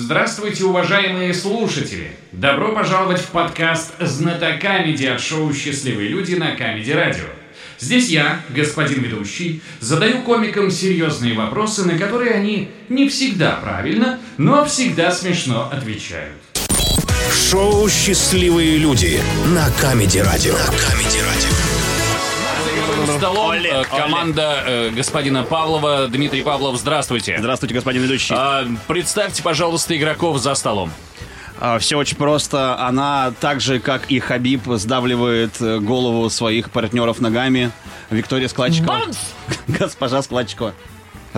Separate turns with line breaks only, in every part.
Здравствуйте, уважаемые слушатели! Добро пожаловать в подкаст «Знатокамеди» от шоу «Счастливые люди» на Камеди Радио. Здесь я, господин ведущий, задаю комикам серьезные вопросы, на которые они не всегда правильно, но всегда смешно отвечают.
Шоу «Счастливые люди» на Камеди Радио. На Камеди Радио.
столом э, команда э, господина Павлова. Дмитрий Павлов, здравствуйте.
Здравствуйте, господин ведущий.
А, представьте, пожалуйста, игроков за столом.
все а, очень просто. Она так же, как и Хабиб, сдавливает э, голову своих партнеров ногами. Виктория Складчикова. Госпожа Складчикова.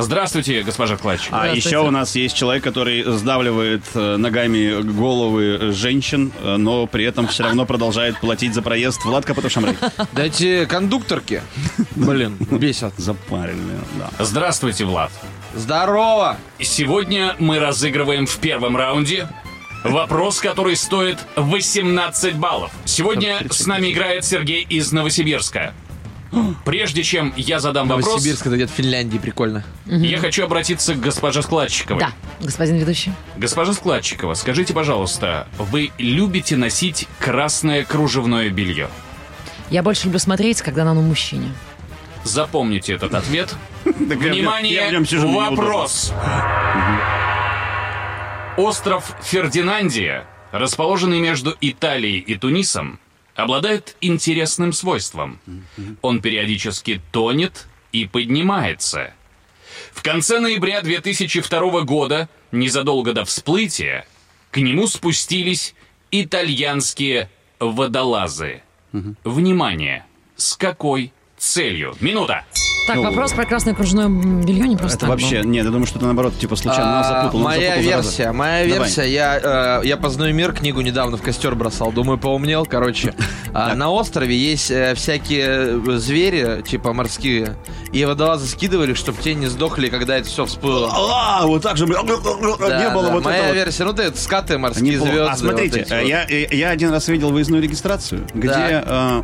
Здравствуйте, госпожа Клач.
А еще у нас есть человек, который сдавливает э, ногами головы э, женщин, э, но при этом все равно продолжает платить за проезд. Влад Капотошамрей.
Дайте кондукторки. Блин, бесят.
Запарили, да.
Здравствуйте, Влад.
Здорово!
Сегодня мы разыгрываем в первом раунде вопрос, который стоит 18 баллов. Сегодня с нами играет Сергей из Новосибирска. Прежде чем я задам вопрос,
Новосибирск, это где-то в Финляндии, прикольно.
я хочу обратиться к госпоже Складчиковой.
Да, господин ведущий.
Госпожа Складчикова, скажите, пожалуйста, вы любите носить красное кружевное белье?
Я больше люблю смотреть, когда на мужчине.
Запомните этот ответ.
Так я в нем- я в
Внимание,
нем сижу, мне
вопрос. Остров Фердинандия, расположенный между Италией и Тунисом, обладает интересным свойством. Он периодически тонет и поднимается. В конце ноября 2002 года, незадолго до всплытия, к нему спустились итальянские водолазы. Внимание, с какой целью? Минута.
Так,
Ну,
вопрос про красное кружевное м, белье не просто
Это
так
вообще, нет, я думаю, что ты наоборот, типа, случайно нас
А,
запутал. нас
моя
запутал, зараза.
версия, моя
Давай.
версия. Я, э, я познаю мир, книгу недавно в костер бросал, думаю, поумнел, короче. А, на острове есть э, всякие э, звери, типа морские, и водолазы скидывали, чтобы те не сдохли, когда это все всплыло.
А, вот так же, блин,
Да,
не было
да,
вот
моя
этого.
версия, ну да, это скаты, морские
Неплохо.
звезды.
А
вот
смотрите,
эти вот.
я, э, я один раз видел выездную регистрацию, где э,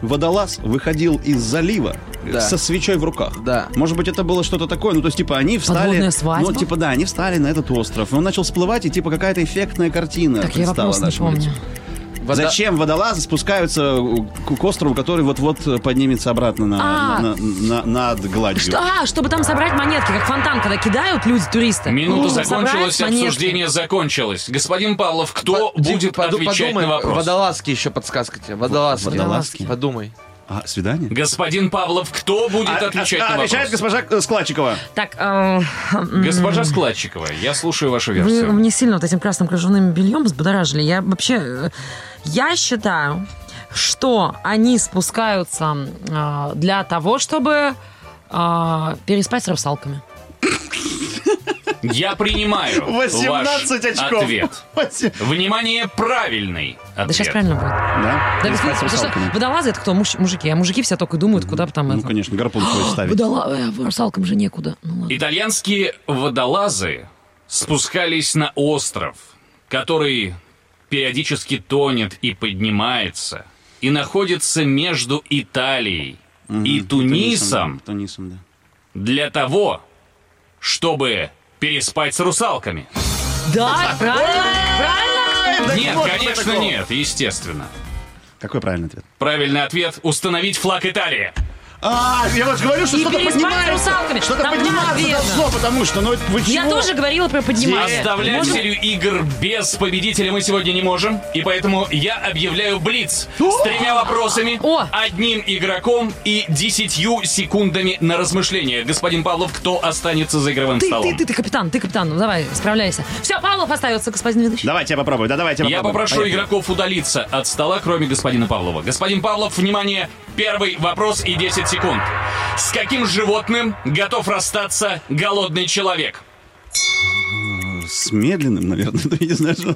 водолаз выходил из залива э,
Да.
со свечой в руках.
Да.
Может быть, это было что-то такое, ну, то есть, типа, они встали...
Подводная свадьба?
Ну, типа, да, они встали на этот остров, и он начал всплывать, и, типа, какая-то эффектная картина
Так, я
предстала
вопрос не
нашему лицу.
помню.
Вода-
Зачем водолазы спускаются к, к острову, который вот-вот поднимется обратно на,
А.
на- на- на- над гладью?
Что- а, чтобы там собрать монетки, как фонтан, когда кидают люди, туристы.
Минута
Чтобы
закончилась,
собрать монетки.
обсуждение закончилось. Господин Павлов, кто
По- типа,
будет
поду-
отвечать
подумай,
на вопрос?
Водолазки еще подсказка тебе. Водолазки.
водолазки.
Подумай.
А, свидание?
Господин Павлов, кто будет
А-
отвечать
а-
на вопрос?
Отвечает госпожа э, Складчикова.
Так, э,
Госпожа Складчикова, я слушаю вашу
вы
версию.
мне сильно вот этим красным кружевным бельем взбудоражили. Я вообще... э, Я считаю, что они спускаются э, для того, чтобы э, переспать с русалками.
Я принимаю
18
ваш
очков.
ответ. Внимание, правильный
Да сейчас
ответ.
правильно будет.
Да?
Да,
Или
без
спать с
разницы, потому
русалками?
что водолазы это кто? Муж- мужики. А мужики все только и думают, куда бы там
Ну,
это.
конечно, гарпун свой ставить.
Водола- э, Русалкам же некуда. Ну ладно.
Итальянские водолазы спускались на остров, который периодически тонет и поднимается, и находится между Италией и Тунисом,
Тунисом, да.
для того, чтобы переспать с русалками.
Да, правильно, правильно.
нет, конечно, нет, естественно.
Какой правильный ответ?
Правильный ответ – установить флаг Италии.
А, я вот говорю, что
И
что-то
переспать с
поднимается.
русалками.
Что-то
Там два
поднимается
ответа.
должно, потому что, ну это вы
Я
чего?
тоже говорила про поднимание.
Оставлять
Можно-
серию игр без победителя мы сегодня не можем, и поэтому я объявляю блиц с тремя вопросами,
О!
одним игроком и десятью секундами на размышление. Господин Павлов, кто останется за игровым
Ты,
столом?
ты, ты, ты капитан, ты капитан, ну давай, справляйся. Все, Павлов остается, господин ведущий.
Давайте я попробую, да, давайте
Я попрошу
Поехали.
игроков удалиться от стола, кроме господина Павлова. Господин Павлов, внимание, первый вопрос и 10 секунд. С каким животным готов расстаться голодный человек?
С медленным, наверное, ну, я не знаю, что-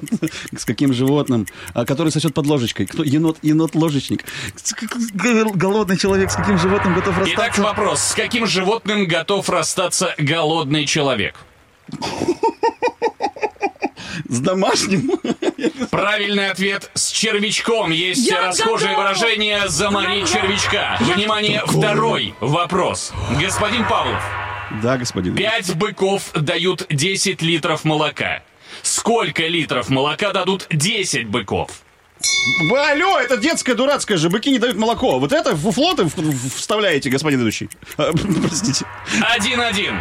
с каким животным, а, который сосет под ложечкой. Кто? Енот, енот-ложечник. С- к- к- г- Голодный человек, с каким животным готов
Итак,
расстаться?
вопрос. С каким животным готов расстаться голодный человек?
С домашним?
Правильный ответ с червячком. Есть
Я
расхожее
готов!
выражение «замори
Я-
червячка». Внимание, второй вопрос. Господин Павлов,
Да, господин.
пять быков дают 10 литров молока. Сколько литров молока дадут 10 быков?
Ба, Алло, это детская дурацкая же, быки не дают молоко. Вот это фуфло ты в- в- вставляете, господин ведущий. А, Простите.
1-1.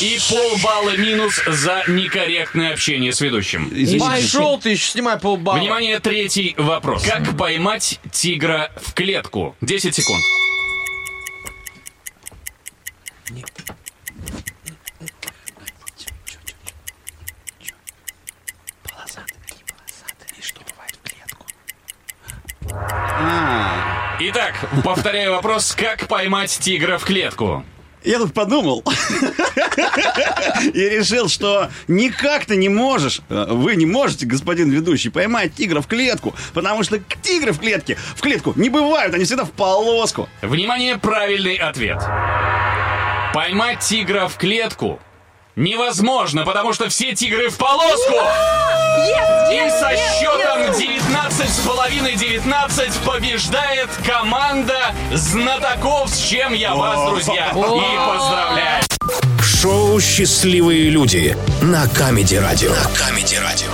И полбалла минус за некорректное общение с ведущим.
Извините.
Пошел ты еще, снимай полбалла.
Внимание, третий вопрос. Как поймать тигра в клетку? 10 секунд. Итак, повторяю вопрос, как поймать тигра в клетку?
Я тут подумал и решил, что никак ты не можешь, э, вы не можете, господин ведущий, поймать тигра в клетку, потому что к- тигры в клетке, в клетку не бывают, они всегда в полоску.
Внимание, правильный ответ. Поймать тигра в клетку невозможно, потому что все тигры в полоску. И со счетом 19 с половиной 19 побеждает команда знатоков, с чем я вас, друзья, и поздравляю.
Шоу «Счастливые люди» на Камеди Радио. На Камеди Радио.